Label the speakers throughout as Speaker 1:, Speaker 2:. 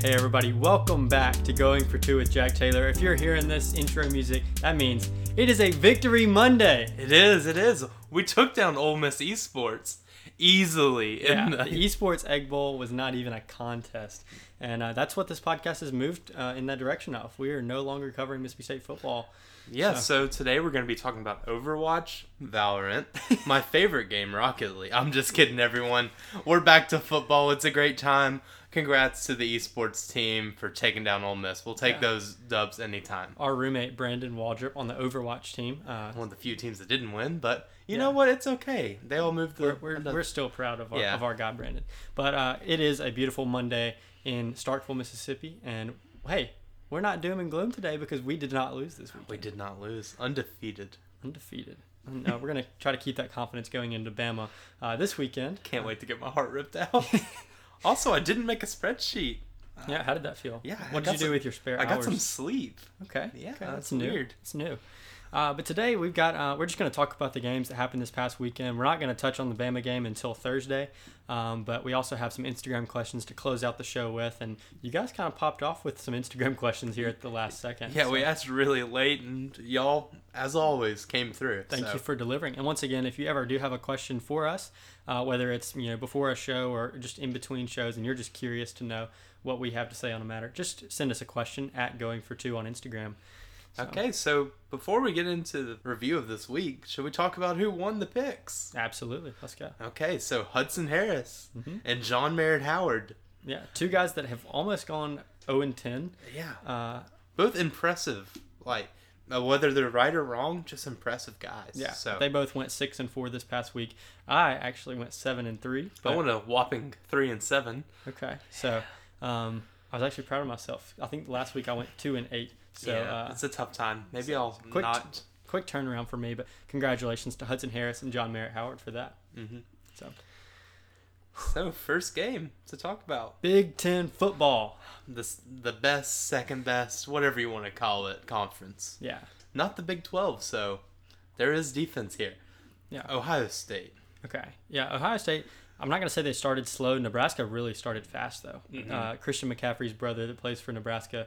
Speaker 1: Hey everybody, welcome back to Going for Two with Jack Taylor. If you're hearing this intro music, that means it is a Victory Monday.
Speaker 2: It is. It is. We took down Ole Miss esports easily.
Speaker 1: Yeah,
Speaker 2: in
Speaker 1: the
Speaker 2: the-
Speaker 1: esports egg bowl was not even a contest, and uh, that's what this podcast has moved uh, in that direction of. We are no longer covering Mississippi State football.
Speaker 2: yeah. So today we're going to be talking about Overwatch, Valorant, my favorite game, Rocket League. I'm just kidding, everyone. We're back to football. It's a great time. Congrats to the esports team for taking down Ole Miss. We'll take
Speaker 1: Yeah.
Speaker 2: those dubs anytime.
Speaker 1: Our roommate Brandon Waldrop on the Overwatch team. Uh,
Speaker 2: One of the few teams that didn't win, but you
Speaker 1: Yeah.
Speaker 2: know what? It's okay. They all moved. The,
Speaker 1: we're, we're,
Speaker 2: another-
Speaker 1: we're still proud of our,
Speaker 2: Yeah.
Speaker 1: of our guy Brandon. But uh, it is a beautiful Monday in Starkville, Mississippi, and hey, we're not doom and gloom today because we did not lose this week.
Speaker 2: we did not lose. Undefeated.
Speaker 1: Undefeated. And, uh, we're gonna try to keep that confidence going into Bama uh, this weekend.
Speaker 2: Can't wait to get my heart ripped out. also, I didn't make a spreadsheet.
Speaker 1: Yeah, how did that feel?
Speaker 2: Uh, Yeah, I
Speaker 1: What did
Speaker 2: got
Speaker 1: you do
Speaker 2: some-
Speaker 1: with your spare
Speaker 2: I got
Speaker 1: hours?
Speaker 2: some sleep.
Speaker 1: Okay.
Speaker 2: Yeah,
Speaker 1: okay,
Speaker 2: that's
Speaker 1: new.
Speaker 2: weird.
Speaker 1: It's new. Uh, but today we've got uh, we're just going to talk about the games that happened this past weekend. We're not going to touch on the Bama game until Thursday, um, but we also have some Instagram questions to close out the show with. And you guys kind of popped off with some Instagram questions here at the last second.
Speaker 2: Yeah,
Speaker 1: so
Speaker 2: we asked really late, and y'all, as always, came through.
Speaker 1: Thank
Speaker 2: so.
Speaker 1: you for delivering. And once again, if you ever do have a question for us, uh, whether it's you know before a show or just in between shows, and you're just curious to know what we have to say on a matter, just send us a question at Going for Two on Instagram. So-
Speaker 2: Okay, so before we get into the review of this week, should we talk about who won the picks?
Speaker 1: Absolutely. Let's go.
Speaker 2: Okay, so Hudson Harris
Speaker 1: Mm-hmm.
Speaker 2: and John Merritt Howard.
Speaker 1: Yeah, two guys that have almost gone 0 and 10.
Speaker 2: Yeah,
Speaker 1: Uh,
Speaker 2: both impressive. Like uh, whether they're right or wrong, just impressive guys.
Speaker 1: yeah,
Speaker 2: So
Speaker 1: they both went six and four this past week. I actually went seven and three.
Speaker 2: I
Speaker 1: But,
Speaker 2: want a whopping three and seven.
Speaker 1: okay, so um, I was actually proud of myself. I think last week I went two and eight. So
Speaker 2: yeah,
Speaker 1: uh,
Speaker 2: it's a tough time. Maybe I'll
Speaker 1: quick-
Speaker 2: not.
Speaker 1: quick turnaround for me. But congratulations to Hudson Harris and John Merritt Howard for that.
Speaker 2: Mhm.
Speaker 1: So
Speaker 2: So first game to talk about
Speaker 1: Big Ten football.
Speaker 2: the s- the best, second best, whatever you want to call it, conference.
Speaker 1: Yeah,
Speaker 2: not the Big 12, so there is defense here.
Speaker 1: Yeah.
Speaker 2: Ohio State.
Speaker 1: Okay. Yeah, Ohio State. I'm not going to say they started slow. Nebraska really started fast, though.
Speaker 2: Mm-hmm.
Speaker 1: Uh, Christian McCaffrey's brother that plays for Nebraska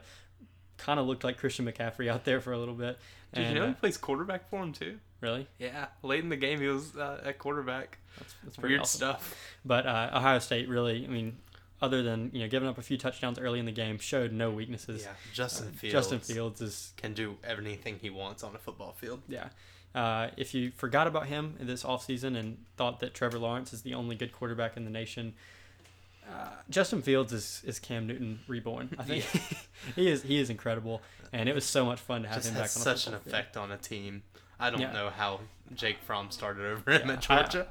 Speaker 1: kind of looked like Christian McCaffrey out there for a little bit.
Speaker 2: Did
Speaker 1: And,
Speaker 2: you know
Speaker 1: uh,
Speaker 2: he plays quarterback for him too?
Speaker 1: really?
Speaker 2: Yeah, late in the game he was uh, at quarterback.
Speaker 1: That's, that's pretty
Speaker 2: Weird
Speaker 1: awesome.
Speaker 2: stuff.
Speaker 1: But uh, Ohio State really, I mean, other than, you know, giving up a few touchdowns early in the game, showed no weaknesses.
Speaker 2: Yeah, Justin Fields.
Speaker 1: uh, Justin Fields is
Speaker 2: can do anything he wants on a football field.
Speaker 1: Yeah. Uh, if you forgot about him this offseason and thought that Trevor Lawrence is the only good quarterback in the nation, uh, Justin Fields is, is Cam Newton reborn. I think he is he is incredible, and it was so much fun to have
Speaker 2: Just
Speaker 1: him back on
Speaker 2: has such
Speaker 1: the
Speaker 2: an
Speaker 1: football field.
Speaker 2: effect on a team. I don't
Speaker 1: Yeah.
Speaker 2: know how Jake Fromm started over him
Speaker 1: Yeah,
Speaker 2: at Georgia.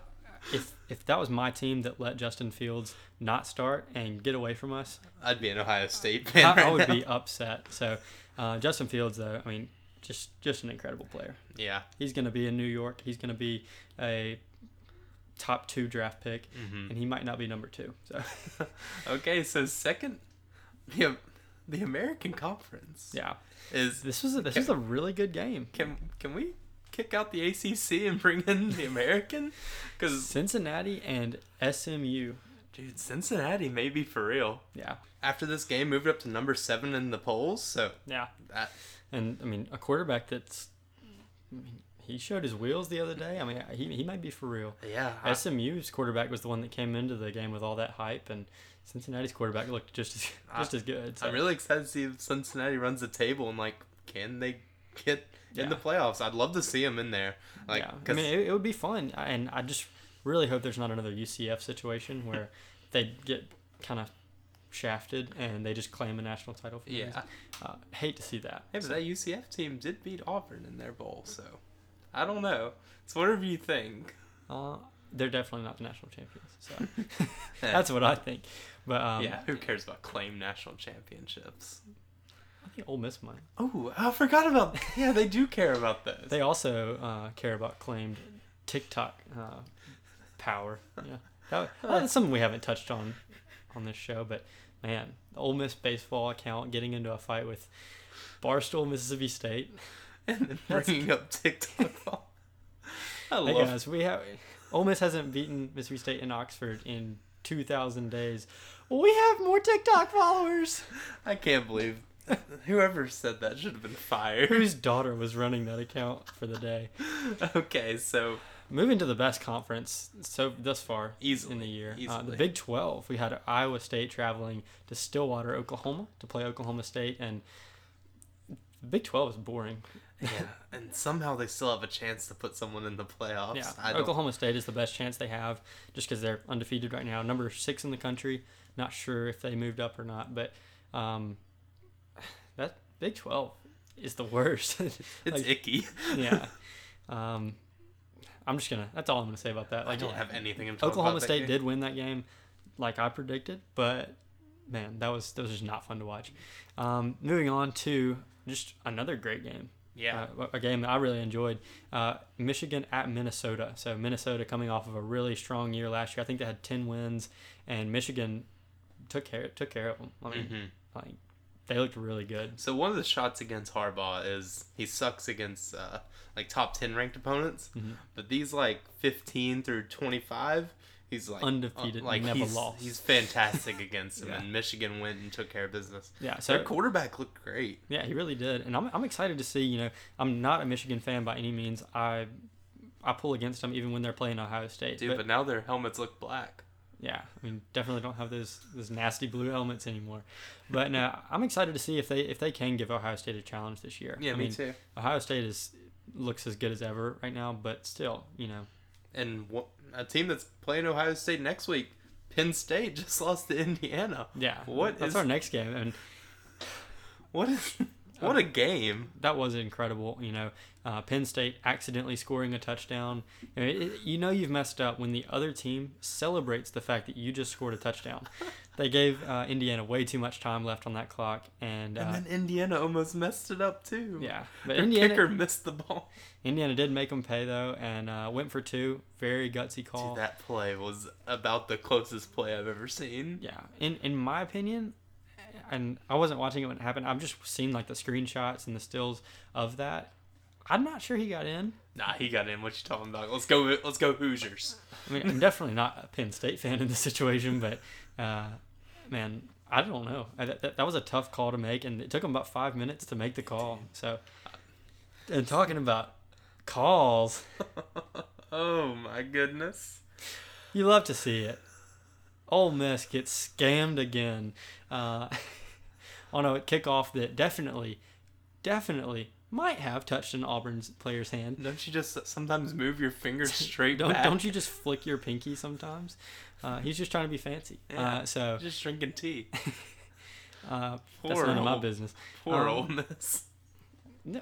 Speaker 1: If if that was my team that let Justin Fields not start and get away from us,
Speaker 2: I'd be an Ohio State
Speaker 1: I,
Speaker 2: fan.
Speaker 1: I
Speaker 2: right
Speaker 1: would
Speaker 2: now.
Speaker 1: be upset. So uh, Justin Fields, though, I mean, just just an incredible player.
Speaker 2: Yeah,
Speaker 1: He's going to be in New York. He's going to be a top two draft pick,
Speaker 2: Mm-hmm.
Speaker 1: and he might not be number two. So
Speaker 2: Okay, so second, the the American Conference
Speaker 1: yeah,
Speaker 2: is
Speaker 1: this was a, this was a really good game.
Speaker 2: can can we kick out the ACC and bring in the American? Because
Speaker 1: Cincinnati and SMU.
Speaker 2: dude, Cincinnati may be for real.
Speaker 1: Yeah,
Speaker 2: After this game, moved up to number seven in the polls. So
Speaker 1: yeah,
Speaker 2: that
Speaker 1: and I mean a quarterback that's I mean, he showed his wheels the other day. I mean he he might be for real.
Speaker 2: yeah, I-
Speaker 1: SMU's quarterback was the one that came into the game with all that hype, and Cincinnati's quarterback looked just as
Speaker 2: I-
Speaker 1: just as good. So.
Speaker 2: I'm really excited to see if Cincinnati runs the table and like can they get
Speaker 1: Yeah.
Speaker 2: in the playoffs? I'd love to see them in there. Like,
Speaker 1: yeah, I
Speaker 2: 'cause-
Speaker 1: mean, it, it would be fun, I- and I just really hope there's not another UCF situation where they get kind of shafted and they just claim a national title. For no
Speaker 2: Yeah.
Speaker 1: reason. uh, hate to see that.
Speaker 2: hey, but that UCF team did beat Auburn in their bowl, so I don't know. It's whatever you think.
Speaker 1: Uh, they're definitely not the national champions, so that's what I think. But um,
Speaker 2: yeah, who cares about claim national championships?
Speaker 1: I think Ole Miss might.
Speaker 2: Oh, I forgot about. Yeah, they do care about those.
Speaker 1: They also uh, care about claimed TikTok uh, power. Yeah, that, that's something we haven't touched on on this show. But man, the Ole Miss baseball account getting into a fight with Barstool Mississippi State.
Speaker 2: and then bringing up TikTok. I
Speaker 1: Hey
Speaker 2: love.
Speaker 1: guys, we have Ole Miss hasn't beaten Mississippi State in Oxford in 2,000 days. We have more TikTok followers.
Speaker 2: I can't believe whoever said that should have been fired.
Speaker 1: Whose daughter was running that account for the day?
Speaker 2: okay, so
Speaker 1: Moving to the best conference so thus far in
Speaker 2: Easily,
Speaker 1: the year, Uh, the
Speaker 2: easily.
Speaker 1: Big Twelve. We had Iowa State traveling to Stillwater, Oklahoma, to play Oklahoma State, and the Big Twelve is boring.
Speaker 2: yeah, and somehow they still have a chance to put someone in the playoffs.
Speaker 1: Yeah,
Speaker 2: I don't,
Speaker 1: Oklahoma State is the best chance they have, just because they're undefeated right now, number six in the country. Not sure if they moved up or not, but um, that Big Twelve is the worst.
Speaker 2: it's
Speaker 1: Like,
Speaker 2: icky.
Speaker 1: yeah. Um, I'm just gonna. That's all I'm gonna say about that.
Speaker 2: I
Speaker 1: Like,
Speaker 2: don't have anything. in
Speaker 1: Oklahoma State did win that game, like I predicted, but man, that was that was just not fun to watch. Um, moving on to just another great game.
Speaker 2: Yeah.
Speaker 1: Uh, a game that I really enjoyed. Uh, Michigan at Minnesota. So Minnesota coming off of a really strong year last year. I think they had ten wins, and Michigan took care took care of them. I mean,
Speaker 2: Mhm.
Speaker 1: like they looked really good.
Speaker 2: So one of the shots against Harbaugh is he sucks against uh, like top ten ranked opponents,
Speaker 1: Mm-hmm.
Speaker 2: but these like fifteen through twenty five, he's like
Speaker 1: Undefeated, never
Speaker 2: he's,
Speaker 1: lost.
Speaker 2: He's fantastic against him,
Speaker 1: Yeah.
Speaker 2: and Michigan went and took care of business.
Speaker 1: Yeah. So
Speaker 2: Their quarterback looked great.
Speaker 1: Yeah, he really did, and I'm, I'm excited to see. You know, I'm not a Michigan fan by any means. I I pull against them even when they're playing Ohio State.
Speaker 2: Dude,
Speaker 1: but,
Speaker 2: but, now their helmets look black.
Speaker 1: yeah, I mean, definitely don't have those those nasty blue helmets anymore. But no, I'm excited to see if they if they can give Ohio State a challenge this year. I mean,
Speaker 2: too.
Speaker 1: Ohio State is looks as good as ever right now, but still, you know,
Speaker 2: And wha- a team that's playing Ohio State next week, Penn State just lost to Indiana.
Speaker 1: yeah.
Speaker 2: What
Speaker 1: that's
Speaker 2: is-
Speaker 1: our next game, and
Speaker 2: What is what a game?
Speaker 1: that was incredible. You know, uh, Penn State accidentally scoring a touchdown. I mean, it- you know you've messed up when the other team celebrates the fact that you just scored a touchdown. they gave uh, Indiana way too much time left on that clock, and, uh,
Speaker 2: And then Indiana almost messed it up too.
Speaker 1: yeah, but
Speaker 2: Their
Speaker 1: Indiana
Speaker 2: kicker missed the ball.
Speaker 1: Indiana did make them pay though, and uh, went for two. Very gutsy call.
Speaker 2: Dude, that play was about the closest play I've ever seen.
Speaker 1: yeah, in in my opinion. And I wasn't watching it when it happened. I've just seen like the screenshots and the stills of that. I'm not sure he got in.
Speaker 2: Nah, he got in. What you talking about? Let's go. Let's go Hoosiers.
Speaker 1: I mean, I'm definitely not a Penn State fan in this situation, but uh, man, I don't know. I, that, that was a tough call to make, and it took them about five minutes to make the call. So, and talking about calls,
Speaker 2: oh my goodness.
Speaker 1: you love to see it. Ole Miss gets scammed again uh, on a kickoff that definitely, definitely might have touched an Auburn's player's hand.
Speaker 2: Don't you just sometimes move your fingers straight
Speaker 1: Don't,
Speaker 2: back?
Speaker 1: don't you just flick your pinky sometimes? Uh, he's just trying to be fancy. Uh,
Speaker 2: Yeah.
Speaker 1: so
Speaker 2: just drinking tea.
Speaker 1: uh, that's
Speaker 2: Poor
Speaker 1: none of my
Speaker 2: Ole-
Speaker 1: business.
Speaker 2: Poor
Speaker 1: Um,
Speaker 2: Ole Miss.
Speaker 1: No,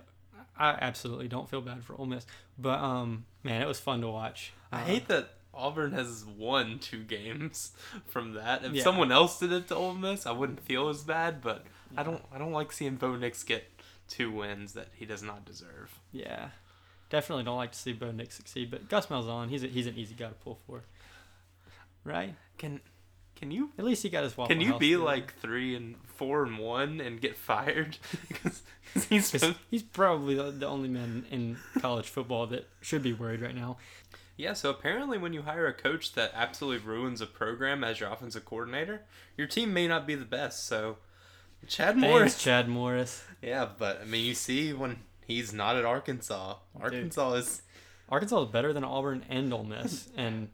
Speaker 1: I absolutely don't feel bad for Ole Miss, but um, man, it was fun to watch.
Speaker 2: I
Speaker 1: Uh,
Speaker 2: hate that Auburn has won two games from that. If
Speaker 1: Yeah.
Speaker 2: someone else did it to Ole Miss, I wouldn't feel as bad. But I don't. I don't like seeing Bo Nix get two wins that he does not deserve.
Speaker 1: Yeah, definitely don't like to see Bo Nick succeed, but Gus Malzahn, he's a, he's an easy guy to pull for, right?
Speaker 2: Can Can you
Speaker 1: At least he got his Waffle
Speaker 2: Can you
Speaker 1: House
Speaker 2: be
Speaker 1: deal.
Speaker 2: like three and four and one and get fired? Because he's
Speaker 1: 'Cause he's probably the the only man in college football that should be worried right now.
Speaker 2: yeah. So apparently, when you hire a coach that absolutely ruins a program as your offensive coordinator, your team may not be the best. So Chad Morris.
Speaker 1: Thanks, Chad Morris.
Speaker 2: Yeah, but I mean, you see when he's not at Arkansas, Arkansas is
Speaker 1: Arkansas is better than Auburn and Ole Miss, and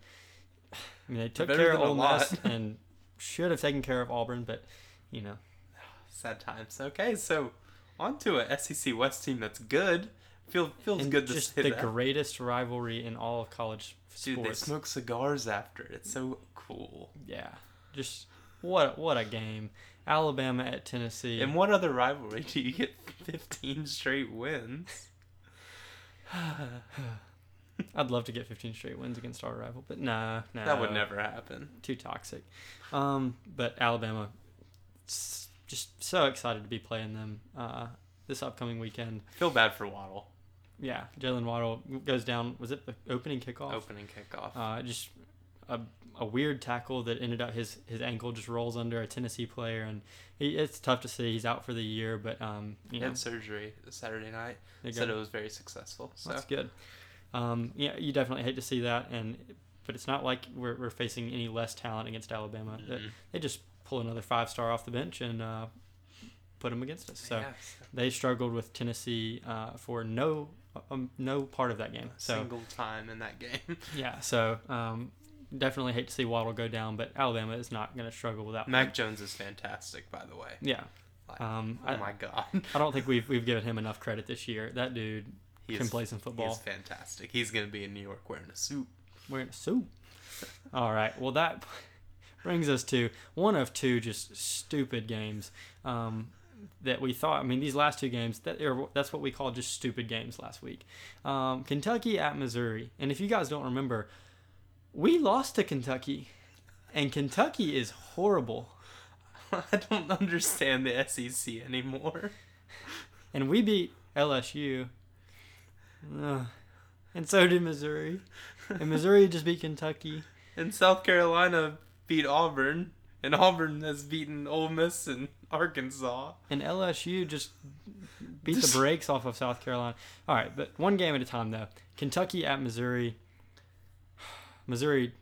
Speaker 1: I mean they took
Speaker 2: Better
Speaker 1: care of
Speaker 2: than a
Speaker 1: Ole Miss
Speaker 2: lot.
Speaker 1: and should have taken care of Auburn, but you know.
Speaker 2: sad times. Okay, so on to a SEC West team that's good. Feel feels
Speaker 1: and
Speaker 2: good to
Speaker 1: just
Speaker 2: say
Speaker 1: the
Speaker 2: that.
Speaker 1: greatest rivalry in all of college
Speaker 2: Dude,
Speaker 1: sports.
Speaker 2: they smoke cigars after. it. It's so cool.
Speaker 1: Yeah, just what what a game! Alabama at Tennessee.
Speaker 2: In what other rivalry do you get 15 straight wins?
Speaker 1: I'd love to get 15 straight wins against our rival, but nah, nah,
Speaker 2: That would never happen.
Speaker 1: Too toxic. Um, but Alabama, s- just so excited to be playing them uh, this upcoming weekend.
Speaker 2: I feel bad for Waddle.
Speaker 1: Yeah, Jalen Waddle goes down. Was it the opening kickoff?
Speaker 2: Opening kickoff.
Speaker 1: uh, just a, a weird tackle that ended up his his ankle just rolls under a Tennessee player, and he, it's tough to see. He's out for the year, but um, you
Speaker 2: he
Speaker 1: know,
Speaker 2: had surgery Saturday night.
Speaker 1: there you
Speaker 2: Said
Speaker 1: go.
Speaker 2: it was very successful. So
Speaker 1: that's good. Um, yeah, you definitely hate to see that, and but it's not like we're, we're facing any less talent against Alabama. They-
Speaker 2: Mm.
Speaker 1: They just pull another five star off the bench and uh, put them against us. So
Speaker 2: Yes.
Speaker 1: they struggled with Tennessee uh, for no um, no part of that game.
Speaker 2: A
Speaker 1: So
Speaker 2: single time in that game.
Speaker 1: yeah, so um, definitely hate to see Waddle go down, but Alabama is not going to struggle without.
Speaker 2: Mac Jones is fantastic, by the way.
Speaker 1: yeah,
Speaker 2: Like,
Speaker 1: um,
Speaker 2: oh
Speaker 1: I,
Speaker 2: my god,
Speaker 1: I don't think we've we've given him enough credit this year. That dude
Speaker 2: He
Speaker 1: can
Speaker 2: is-
Speaker 1: play some
Speaker 2: he's
Speaker 1: football.
Speaker 2: fantastic. He's gonna be in New York wearing a suit.
Speaker 1: Wearing a suit. All right. Well, that brings us to one of two just stupid games um, that we thought. I mean, these last two games that are, that's what we call just stupid games last week. Um, Kentucky at Missouri, and if you guys don't remember, we lost to Kentucky, and Kentucky is horrible.
Speaker 2: I don't understand the SEC anymore.
Speaker 1: and we beat LSU. Ugh. And so did Missouri. And Missouri just beat Kentucky.
Speaker 2: And South Carolina beat Auburn, and Auburn has beaten Ole Miss and Arkansas.
Speaker 1: And LSU just beat the
Speaker 2: Just-
Speaker 1: brakes off of South Carolina. All right, but one game at a time, though. Kentucky at Missouri. Missouri,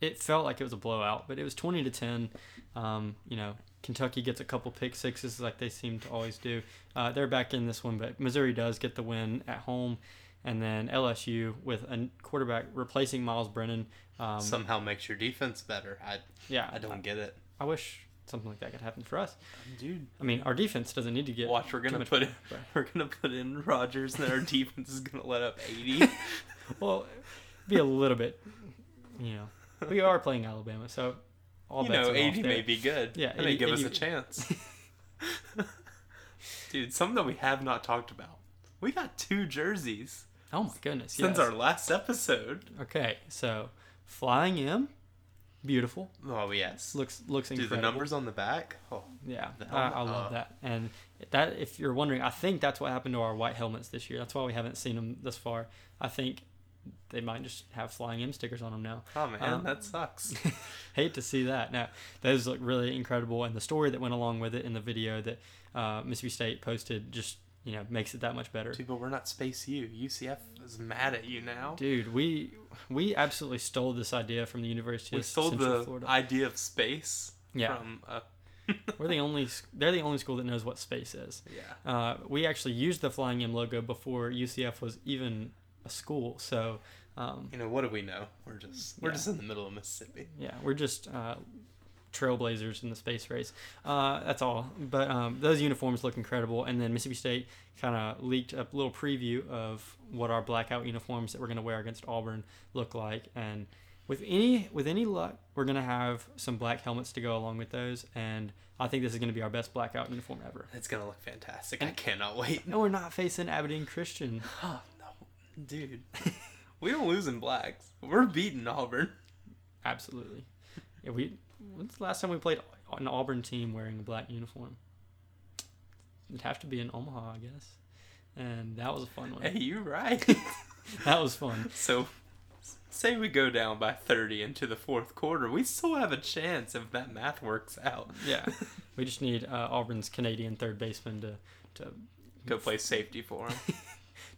Speaker 1: it felt like it was a blowout, but it was 20 to 10. Um, you know, Kentucky gets a couple pick sixes like they seem to always do. Uh, they're back in this one, but Missouri does get the win at home. And then LSU with a quarterback replacing Miles Brennan. Um,
Speaker 2: Somehow makes your defense better. I
Speaker 1: yeah,
Speaker 2: I don't get it,
Speaker 1: I wish something like that could happen for us.
Speaker 2: dude.
Speaker 1: I mean, our defense doesn't need to get
Speaker 2: Watch, we're
Speaker 1: too
Speaker 2: gonna
Speaker 1: much-
Speaker 2: put in,
Speaker 1: Right.
Speaker 2: we're gonna put in Rogers, and then our defense is gonna let up eighty.
Speaker 1: Well, be a little bit, you know. We are playing Alabama, so all
Speaker 2: you
Speaker 1: bets
Speaker 2: know,
Speaker 1: are off
Speaker 2: eighty
Speaker 1: there.
Speaker 2: may be good.
Speaker 1: Yeah,
Speaker 2: and they
Speaker 1: 80
Speaker 2: give us a
Speaker 1: 80
Speaker 2: chance. Dude, something that we have not talked about. We got two jerseys
Speaker 1: Oh my goodness!
Speaker 2: since
Speaker 1: yes.
Speaker 2: our last episode.
Speaker 1: okay, so flying M, beautiful.
Speaker 2: Oh yes.
Speaker 1: Looks looks
Speaker 2: Dude, the
Speaker 1: incredible.
Speaker 2: numbers on the back. Oh,
Speaker 1: Yeah,
Speaker 2: the
Speaker 1: I, I
Speaker 2: helmet,
Speaker 1: love
Speaker 2: uh,
Speaker 1: that. And that, if you're wondering, I think that's what happened to our white helmets this year. That's why we haven't seen them this far. I think they might just have flying M stickers on them now.
Speaker 2: oh man,
Speaker 1: Um,
Speaker 2: that sucks.
Speaker 1: Hate to see that. Now, those look really incredible, and the story that went along with it in the video that uh, Mississippi State posted just you know makes it that much better.
Speaker 2: Dude, but we're not Space U. UCF is mad at you now.
Speaker 1: Dude, we we absolutely stole this idea from the University
Speaker 2: we
Speaker 1: of
Speaker 2: sold
Speaker 1: Central
Speaker 2: the
Speaker 1: Florida.
Speaker 2: idea of space
Speaker 1: Yeah.
Speaker 2: from uh,
Speaker 1: We're the only s- they're the only school that knows what space is.
Speaker 2: yeah.
Speaker 1: Uh, we actually used the Flying M logo before UCF was even a school. So um,
Speaker 2: You know what do we know? We're just we're
Speaker 1: Yeah.
Speaker 2: just in the middle of Mississippi.
Speaker 1: yeah, we're just uh, trailblazers in the space race. Uh, that's all. But um, those uniforms look incredible. And then Mississippi State kind of leaked a little preview of what our blackout uniforms that we're going to wear against Auburn look like. And with any with any luck, we're going to have some black helmets to go along with those. And I think this is going to be our best blackout uniform ever.
Speaker 2: It's gonna look fantastic. I cannot wait.
Speaker 1: No, we're not facing Aberdeen Christian.
Speaker 2: Oh, no, dude. we don't lose in blacks. We're beating Auburn.
Speaker 1: Absolutely. Yeah, we. When's the last time we played an Auburn team wearing a black uniform? It'd have to be in Omaha, I guess. And that was a fun
Speaker 2: Hey,
Speaker 1: one.
Speaker 2: you right.
Speaker 1: That was fun.
Speaker 2: so, say we go down by 30 into the fourth quarter, we still have a chance if that math works out.
Speaker 1: Yeah. We just need uh, Auburn's Canadian third baseman to to,
Speaker 2: Go play safety for him.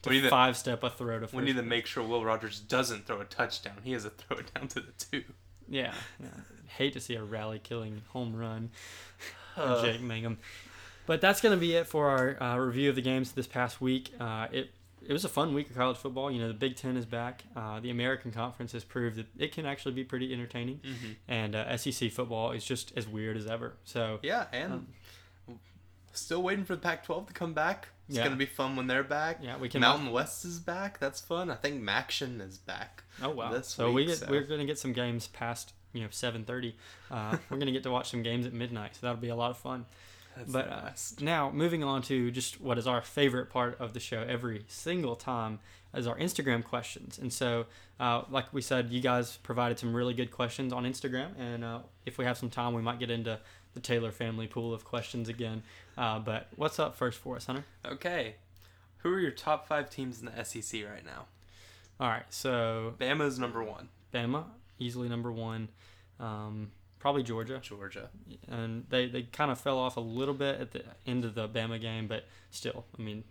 Speaker 2: We need
Speaker 1: to
Speaker 2: to-
Speaker 1: five step a throw to
Speaker 2: We
Speaker 1: first.
Speaker 2: need to make sure Will Rogers doesn't throw a touchdown. He has to throw it down to the two.
Speaker 1: yeah, yeah. Hate to see a rally killing home run. and
Speaker 2: Uh,
Speaker 1: Jake Mangum. But that's going to be it for our uh, review of the games this past week. Uh, it it was a fun week of college football. You know, the Big Ten is back. Uh, the American Conference has proved that it can actually be pretty entertaining,
Speaker 2: mhm.
Speaker 1: and uh, SEC football is just as weird as ever. So
Speaker 2: Yeah, and Um, still waiting for the Pac 12 to come back. It's
Speaker 1: Yeah.
Speaker 2: going to be fun when they're back.
Speaker 1: yeah, we can.
Speaker 2: Mountain West is back. That's fun. I think Maction is back.
Speaker 1: oh wow!
Speaker 2: this
Speaker 1: So we
Speaker 2: week,
Speaker 1: get,
Speaker 2: so-
Speaker 1: we're going to get some games past you know seven thirty. Uh, we're going to get to watch some games at midnight. So that'll be a lot of fun.
Speaker 2: That's
Speaker 1: But
Speaker 2: the
Speaker 1: uh,
Speaker 2: best.
Speaker 1: now, moving on to just what is our favorite part of the show every single time is our Instagram questions. And so, uh, like we said, you guys provided some really good questions on Instagram. And uh, if we have some time, we might get into the Taylor family pool of questions again. Uh, but what's up first for us, Hunter?
Speaker 2: Okay. Who are your top five teams in the SEC right now?
Speaker 1: All right. So,
Speaker 2: Bama's number one.
Speaker 1: Bama, easily number one. Um, probably Georgia.
Speaker 2: Georgia.
Speaker 1: And they, they kind of fell off a little bit at the end of the Bama game, but still, I mean,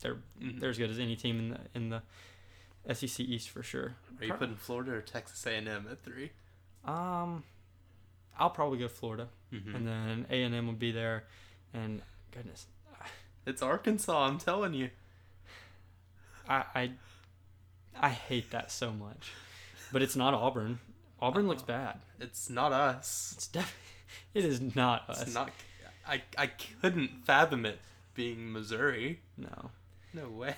Speaker 1: they're
Speaker 2: Mhm.
Speaker 1: they're as good as any team in the in the SEC East for sure.
Speaker 2: Are you putting Florida or Texas A&M at three?
Speaker 1: Um, I'll probably go Florida,
Speaker 2: Mm-hmm.
Speaker 1: and then A and M would be there, and goodness,
Speaker 2: It's Arkansas. I'm telling you.
Speaker 1: I, I I hate that so much, but it's not Auburn. Auburn looks
Speaker 2: Uh-huh.
Speaker 1: bad.
Speaker 2: It's not us.
Speaker 1: It's def- it is not us.
Speaker 2: It's not. I I couldn't fathom it being Missouri.
Speaker 1: no.
Speaker 2: No way.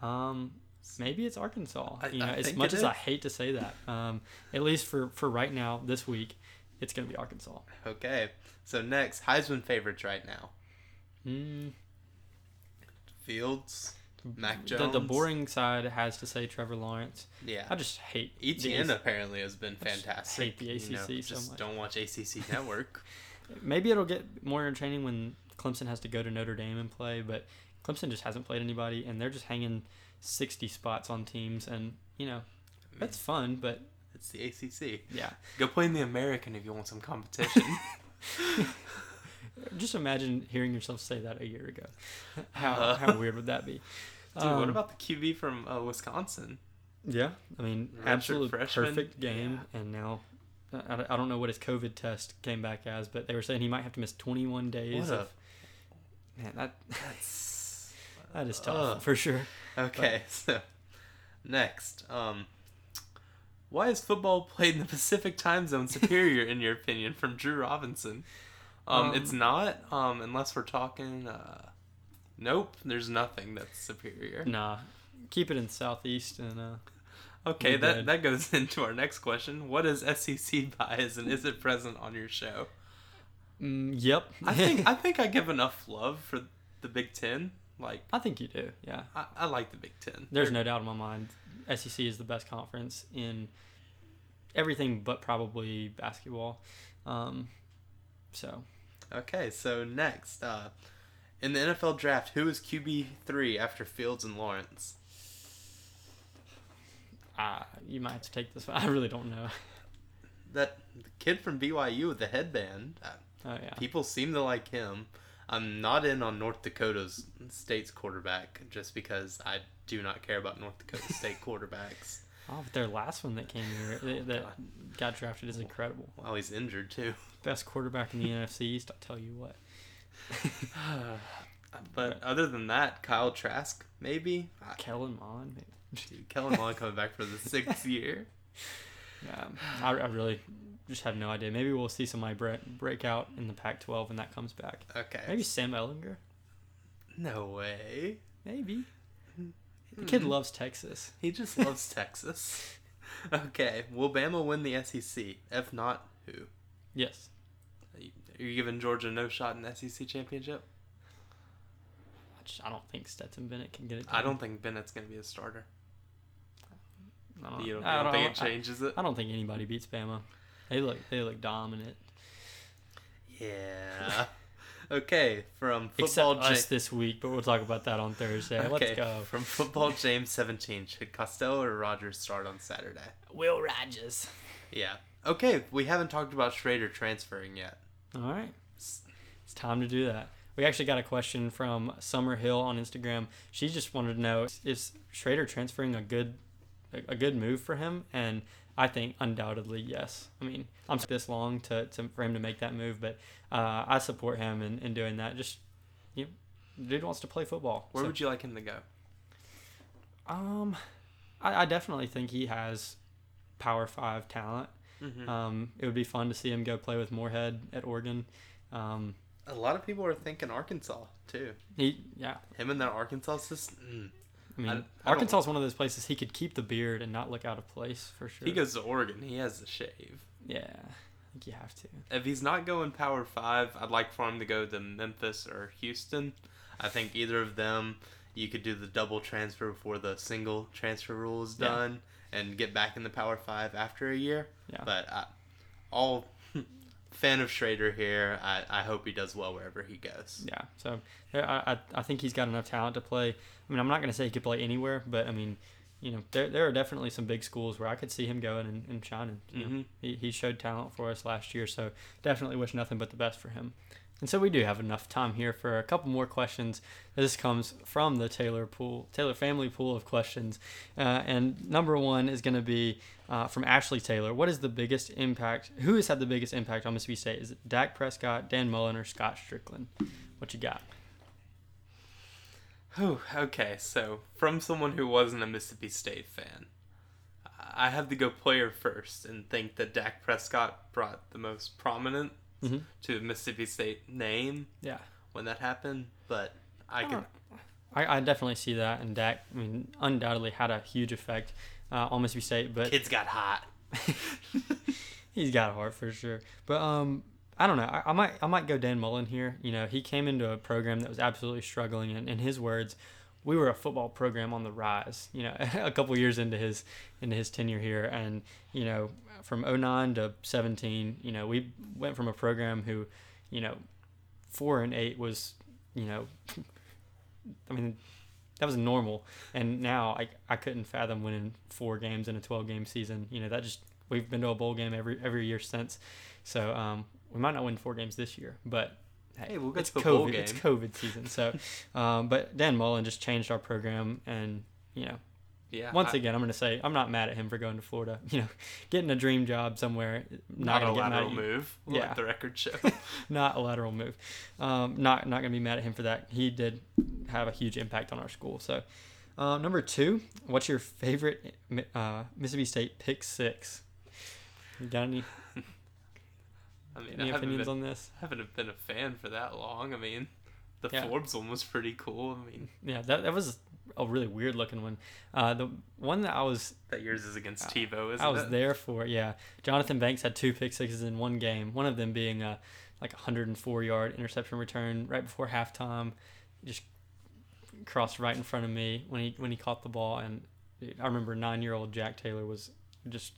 Speaker 1: Um, maybe it's Arkansas.
Speaker 2: I-
Speaker 1: you know,
Speaker 2: I
Speaker 1: as
Speaker 2: think
Speaker 1: much
Speaker 2: it
Speaker 1: as I
Speaker 2: is.
Speaker 1: hate to say that, um, at least for for right now, this week, it's gonna be Arkansas.
Speaker 2: Okay. So next Heisman favorites right now.
Speaker 1: Mm,
Speaker 2: Fields, Mac
Speaker 1: the,
Speaker 2: Jones.
Speaker 1: the boring side has to say Trevor Lawrence.
Speaker 2: Yeah.
Speaker 1: I just hate the
Speaker 2: ETN
Speaker 1: AC
Speaker 2: apparently has been
Speaker 1: just
Speaker 2: fantastic.
Speaker 1: hate the
Speaker 2: You know,
Speaker 1: ACC so
Speaker 2: just
Speaker 1: much.
Speaker 2: don't watch ACC Network.
Speaker 1: Maybe it'll get more entertaining when Clemson has to go to Notre Dame and play, but Clemson just hasn't played anybody, and they're just hanging sixty spots on teams, and you know that's
Speaker 2: Mm.
Speaker 1: fun, but
Speaker 2: it's the ACC.
Speaker 1: yeah,
Speaker 2: Go play in the American if you want some competition.
Speaker 1: just imagine hearing yourself say that a year ago. How
Speaker 2: Uh.
Speaker 1: how weird would that be?
Speaker 2: Dude, what
Speaker 1: Um,
Speaker 2: about the QB from uh, Wisconsin?
Speaker 1: Yeah, I mean,
Speaker 2: Redshirt
Speaker 1: absolute
Speaker 2: freshman.
Speaker 1: perfect game, and now I, I- I don't know what his COVID test came back as, but they were saying he might have to miss 21 days.
Speaker 2: What
Speaker 1: of,
Speaker 2: a-
Speaker 1: man, that
Speaker 2: That's
Speaker 1: that is tough
Speaker 2: Ugh.
Speaker 1: for sure.
Speaker 2: Okay, so next, um, why is football played in the Pacific time zone superior in your opinion? From Drew Robinson, um,
Speaker 1: Um,
Speaker 2: it's not, um, unless we're talking. Uh, nope, there's nothing that's superior.
Speaker 1: Nah, keep it in southeast and uh,
Speaker 2: Okay,
Speaker 1: You're
Speaker 2: that
Speaker 1: good.
Speaker 2: that goes into our next question. What is SEC bias, and is it present on your show?
Speaker 1: mm, yep.
Speaker 2: I think I think I give enough love for the Big Ten. Like
Speaker 1: I think you do. Yeah,
Speaker 2: I, I like the Big Ten.
Speaker 1: there's no doubt in my mind. SEC is the best conference in everything, but probably basketball. Um, so
Speaker 2: Okay, so next, uh, in the NFL draft, who is QB three after Fields and Lawrence?
Speaker 1: uh, you might have to take this. one. I really don't know.
Speaker 2: That the kid from BYU with the headband. Uh,
Speaker 1: Oh yeah.
Speaker 2: people seem to like him. I'm not in on North Dakota's state's quarterback just because I do not care about North Dakota State quarterbacks.
Speaker 1: Oh, but their last one that came here
Speaker 2: Oh,
Speaker 1: that, that got drafted is incredible.
Speaker 2: Wow, he's injured too.
Speaker 1: Best quarterback in the NFC East. I tell you what.
Speaker 2: But other than that, Kyle Trask maybe. I,
Speaker 1: Kellen Mond. maybe.
Speaker 2: dude, Kellen Mond coming back for the sixth year.
Speaker 1: Yeah, I, I really just have no idea. Maybe we'll see somebody bre- break out in the Pac-12 when that comes back.
Speaker 2: Okay.
Speaker 1: Maybe Sam Ellinger.
Speaker 2: No way.
Speaker 1: Maybe. The
Speaker 2: Hmm.
Speaker 1: kid loves Texas.
Speaker 2: He just loves Texas. Okay, will Bama win the SEC? If not, who?
Speaker 1: Yes.
Speaker 2: Are you, are you giving Georgia no shot in the SEC championship?
Speaker 1: I, just, I don't think Stetson Bennett can get it.
Speaker 2: I
Speaker 1: done.
Speaker 2: don't think Bennett's going to be a starter.
Speaker 1: I don't.
Speaker 2: You don't, you
Speaker 1: I
Speaker 2: Uh, don't
Speaker 1: don't-
Speaker 2: think it changes it?
Speaker 1: I, I don't think anybody beats Bama. They look. They look dominant.
Speaker 2: Yeah. okay, from
Speaker 1: Except
Speaker 2: football
Speaker 1: us
Speaker 2: James.
Speaker 1: this week, but we'll talk about that on Thursday. Let's go.
Speaker 2: From football James 17. Should Costello or Rogers start on Saturday?
Speaker 1: Will Rogers.
Speaker 2: Yeah. Okay, we haven't talked about Schrader transferring yet.
Speaker 1: All right. It's time to do that. We actually got a question from Summer Hill on Instagram. She just wanted to know is Schrader transferring a good a a good move for him? And I think undoubtedly yes. I mean, I'm this long to, to for him to make that move, but uh, I support him in, in doing that. Just you know, dude wants to play football.
Speaker 2: Where
Speaker 1: So-
Speaker 2: would you like him to go?
Speaker 1: um, I, I definitely think he has power five talent.
Speaker 2: Mm-hmm.
Speaker 1: Um, it would be fun to see him go play with Moorhead at Oregon. Um,
Speaker 2: A lot of people are thinking Arkansas, too.
Speaker 1: he, yeah,
Speaker 2: Him and that Arkansas system. Mm.
Speaker 1: I mean,
Speaker 2: I don't-
Speaker 1: Arkansas is one of those places he could keep the beard and not look out of place for sure.
Speaker 2: He goes to Oregon. He has a shave.
Speaker 1: yeah, I think you have to.
Speaker 2: If he's not going Power Five, I'd like for him to go to Memphis or Houston. I think either of them, you could do the double transfer before the single transfer rule is
Speaker 1: Yeah.
Speaker 2: done, and get back in the Power Five after a year.
Speaker 1: Yeah.
Speaker 2: But I, all fan of Schrader here. I, I hope he does well wherever he goes.
Speaker 1: Yeah, so there- I, I, I think he's got enough talent to play. I mean, I'm not going to say he could play anywhere, but I mean, you know, there, there are definitely some big schools where I could see him going and, and shining. You know,
Speaker 2: Mhm.
Speaker 1: he, he showed talent for us last year, so definitely wish nothing but the best for him. And so we do have enough time here for a couple more questions. This comes from the Taylor pool, Taylor family pool of questions. Uh, and number one is going to be uh, from Ashley Taylor. What is the biggest impact? Who has had the biggest impact on Mississippi State? Is it Dak Prescott, Dan Mullen, or Scott Strickland? What you got?
Speaker 2: Whew, okay, so from someone who wasn't a Mississippi State fan, I have to go player first and think that Dak Prescott brought the most prominent
Speaker 1: Mhm.
Speaker 2: to the Mississippi State name
Speaker 1: Yeah.
Speaker 2: when that happened, but I could.
Speaker 1: I, I definitely see that, and Dak, I mean, undoubtedly had a huge effect uh, on Mississippi State, but
Speaker 2: Kids got hot.
Speaker 1: he's got a heart for sure. But um, I don't know. I, I might I might go Dan Mullen here. You know, he came into a program that was absolutely struggling, and in his words, we were a football program on the rise. You know, a couple years into his into his tenure here, and you know, from 09 to 17, you know, we went from a program who, you know, four and eight was, you know, I mean, that was normal. And now I, I couldn't fathom winning four games in a 12 game season. You know, that just, we've been to a bowl game every, every year since. So um, we might not win four games this year, but
Speaker 2: Hey, we'll get
Speaker 1: it's
Speaker 2: to the
Speaker 1: COVID,
Speaker 2: bowl
Speaker 1: It's
Speaker 2: game.
Speaker 1: COVID season. So, um, but Dan Mullen just changed our program and, you know,
Speaker 2: Yeah.
Speaker 1: once
Speaker 2: I-
Speaker 1: again, I'm going to say I'm not mad at him for going to Florida. You know, getting a dream job somewhere, not,
Speaker 2: not a
Speaker 1: gonna get mad
Speaker 2: lateral
Speaker 1: at you.
Speaker 2: move. Yeah.
Speaker 1: Yeah.
Speaker 2: the record show.
Speaker 1: not a lateral move. Um, not not gonna be mad at him for that. He did have a huge impact on our school. So, um, number two, what's your favorite uh, Mississippi State pick six? You got any,
Speaker 2: I mean, I
Speaker 1: any
Speaker 2: haven't
Speaker 1: opinions
Speaker 2: been,
Speaker 1: on this?
Speaker 2: haven't been a fan for that long. I mean, the
Speaker 1: Yeah.
Speaker 2: Forbes one was pretty cool. I mean,
Speaker 1: Yeah, that, that was a really weird looking one. Uh, the one that I was
Speaker 2: that yours is against TiVo, isn't
Speaker 1: Uh, I was
Speaker 2: it?
Speaker 1: there for yeah. Jonathan Banks had two pick sixes in one game. One of them being a like 104 yard interception return right before halftime, just crossed right in front of me when he when he caught the ball. And dude, I remember nine year old Jack Taylor was just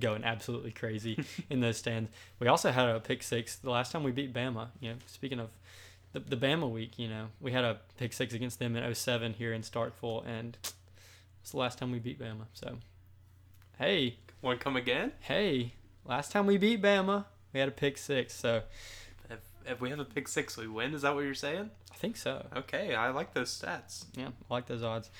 Speaker 1: going absolutely crazy in those stands. We also had a pick six the last time we beat Bama. You know, speaking of. The, the Bama week, you know, we had a pick six against them in 07 here in Starkville, and it's the last time we beat Bama. So, hey,
Speaker 2: One come again?
Speaker 1: hey, last time we beat Bama, we had a pick six, so
Speaker 2: If, if we have a pick six, we win. Is that what you're saying?
Speaker 1: I think so.
Speaker 2: Okay, I like those stats.
Speaker 1: Yeah, I like those odds.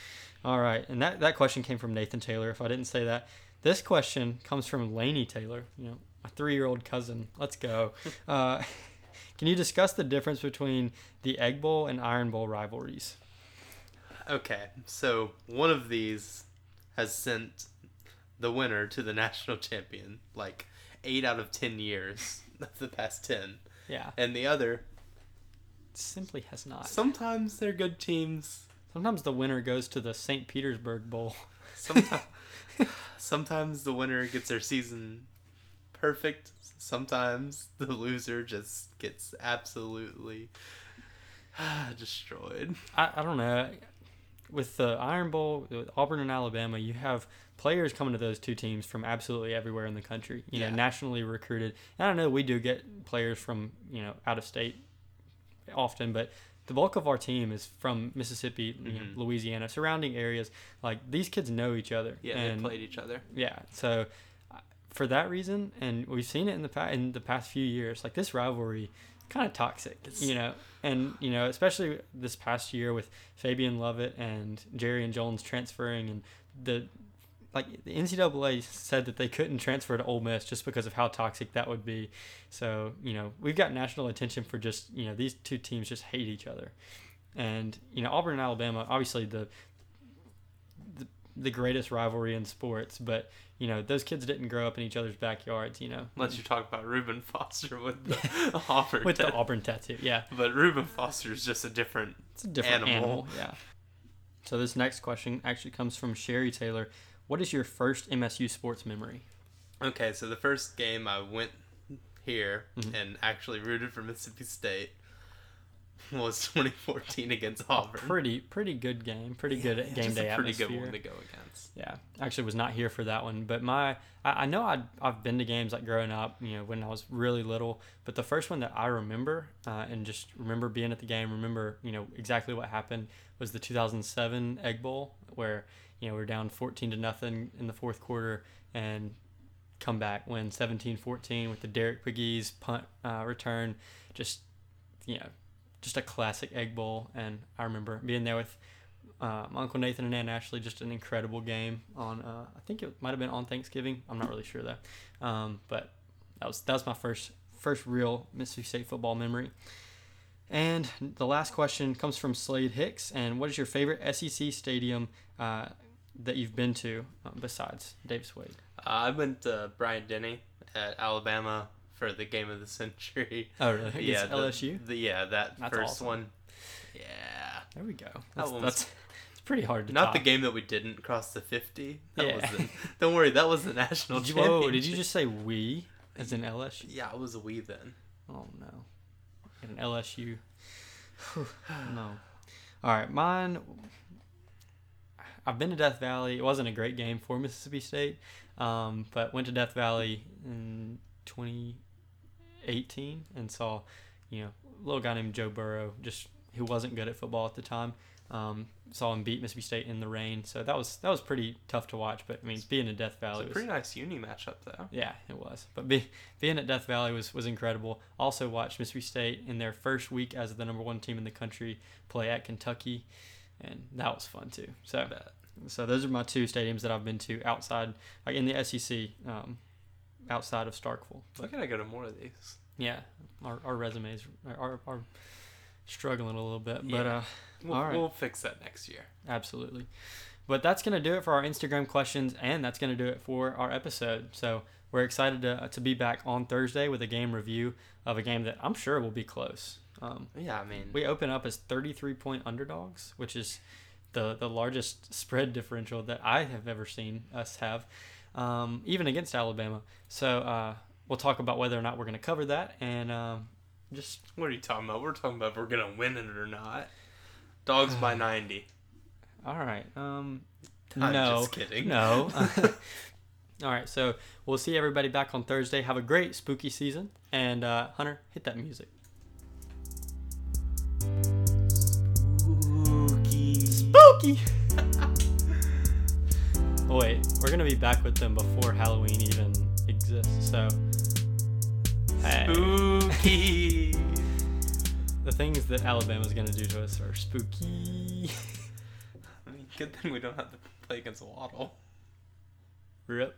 Speaker 1: All right, and that, that question came from Nathan Taylor. If I didn't say that, this question comes from Laney Taylor. You know, my three-year-old cousin. Let's go. Uh, can you discuss the difference between the Egg Bowl and Iron Bowl rivalries?
Speaker 2: Okay, so one of these has sent the winner to the national champion like eight out of ten years of the past ten,
Speaker 1: Yeah,
Speaker 2: and the other
Speaker 1: simply has not.
Speaker 2: sometimes they're good teams,
Speaker 1: Sometimes the winner goes to the St. Petersburg Bowl.
Speaker 2: sometimes sometimes the winner gets their season perfect, sometimes the loser just gets absolutely destroyed.
Speaker 1: I, I don't know. With the Iron Bowl, with Auburn and Alabama, you have players coming to those two teams from absolutely everywhere in the country. You
Speaker 2: Yeah.
Speaker 1: know, nationally recruited. And I know we do get players from you know out of state often, but the bulk of our team is from Mississippi, you know,
Speaker 2: Mhm.
Speaker 1: Louisiana, surrounding areas. Like these kids know each other.
Speaker 2: Yeah,
Speaker 1: and
Speaker 2: they played each other.
Speaker 1: yeah. So uh, for that reason, and we've seen it in the past in the past few years, like this rivalry, kind of toxic,
Speaker 2: It's-
Speaker 1: you know. And you know, especially this past year with Fabian Lovett and Jerry and Jones transferring, and the like the NCAA said that they couldn't transfer to Ole Miss just because of how toxic that would be. So you know, we've got national attention for just you know these two teams just hate each other, and you know Auburn and Alabama, obviously the the, the greatest rivalry in sports, but you know those kids didn't grow up in each other's backyards, you know,
Speaker 2: Unless you talk about Reuben Foster with the Hopper.
Speaker 1: with the Auburn tattoo. Yeah,
Speaker 2: but Reuben Foster is just a different.
Speaker 1: It's a different
Speaker 2: animal.
Speaker 1: animal. Yeah. So this next question actually comes from Sherry Taylor. What is your first MSU sports memory?
Speaker 2: Okay, so the first game I went here
Speaker 1: Mhm.
Speaker 2: and actually rooted for Mississippi State was 2014 against Auburn.
Speaker 1: Pretty pretty good game. Pretty good
Speaker 2: Yeah,
Speaker 1: game
Speaker 2: just
Speaker 1: day
Speaker 2: a pretty
Speaker 1: atmosphere.
Speaker 2: good one to go against.
Speaker 1: Yeah, actually was not here for that one, but my I, I know I I've been to games like growing up, you know, when I was really little. But the first one that I remember uh, and just remember being at the game, remember you know exactly what happened was the 2007 Egg Bowl where you know we are down 14 to nothing in the fourth quarter and come back win 17-14 with the Derek Piggies punt uh, return, just you know, just a classic egg bowl. And I remember being there with uh, my Uncle Nathan and Aunt Ashley, just an incredible game on, uh, I think it might have been on Thanksgiving. I'm not really sure though. Um, but that was, that was my first, first real Mississippi State football memory. And the last question comes from Slade Hicks. And what is your favorite SEC stadium uh, that you've been to um, besides Davis Wade?
Speaker 2: Uh, I went to Brian Denny at Alabama for the game of the century.
Speaker 1: Oh, really? Against
Speaker 2: yeah, the-
Speaker 1: LSU?
Speaker 2: The, yeah, that
Speaker 1: That's
Speaker 2: first
Speaker 1: awesome.
Speaker 2: one. Yeah,
Speaker 1: There we go. That's,
Speaker 2: one was-
Speaker 1: that's it's pretty hard to
Speaker 2: not
Speaker 1: top.
Speaker 2: the game that we didn't cross the fifty. That
Speaker 1: Yeah.
Speaker 2: was the, don't worry, that was the national
Speaker 1: Did you,
Speaker 2: championship.
Speaker 1: whoa, did you just say we as in LSU?
Speaker 2: Yeah, I was a wee then.
Speaker 1: Oh no. Got an LSU. Whew, no. All right, mine. I've been to Death Valley. It wasn't a great game for Mississippi State, um, but went to Death Valley in 2018 and saw, you know, a little guy named Joe Burrow, just who wasn't good at football at the time. Um, saw him beat Mississippi State in the rain, so that was that was pretty tough to watch. But I mean, being in Death
Speaker 2: It was
Speaker 1: Valley
Speaker 2: a
Speaker 1: was
Speaker 2: pretty nice uni matchup though.
Speaker 1: yeah, it was. But be, being at Death Valley was, was incredible. Also watched Mississippi State in their first week as the number one team in the country play at Kentucky, and that was fun too. So,
Speaker 2: bet.
Speaker 1: so those are my two stadiums that I've been to outside, like in the SEC, um, outside of Starkville.
Speaker 2: I gotta go to more of these.
Speaker 1: Yeah, our, our resumes are, are, are struggling a little bit, but
Speaker 2: Yeah.
Speaker 1: uh,
Speaker 2: We'll,
Speaker 1: All right.
Speaker 2: we'll fix that next year.
Speaker 1: Absolutely. But that's going to do it for our Instagram questions, and that's going to do it for our episode. So we're excited to, to be back on Thursday with a game review of a game that I'm sure will be close. Um,
Speaker 2: Yeah, I mean,
Speaker 1: we open up as 33 point underdogs, which is the, the largest spread differential that I have ever seen us have, um, even against Alabama. So uh, we'll talk about whether or not we're going to cover that and um, just
Speaker 2: what are you talking about? We're talking about if we're gonna win it or not. Dogs by ninety.
Speaker 1: All right. Um,
Speaker 2: I'm
Speaker 1: no,
Speaker 2: just kidding.
Speaker 1: No. All right. So we'll see everybody back on Thursday. Have a great spooky season. And uh, Hunter, hit that music. Spooky. oh, wait, we're gonna be back with them before Halloween even exists. So. Hey,
Speaker 2: Spooky.
Speaker 1: the things that Alabama's gonna do to us are spooky.
Speaker 2: I mean, good thing we don't have to play against Waddle.
Speaker 1: Rip.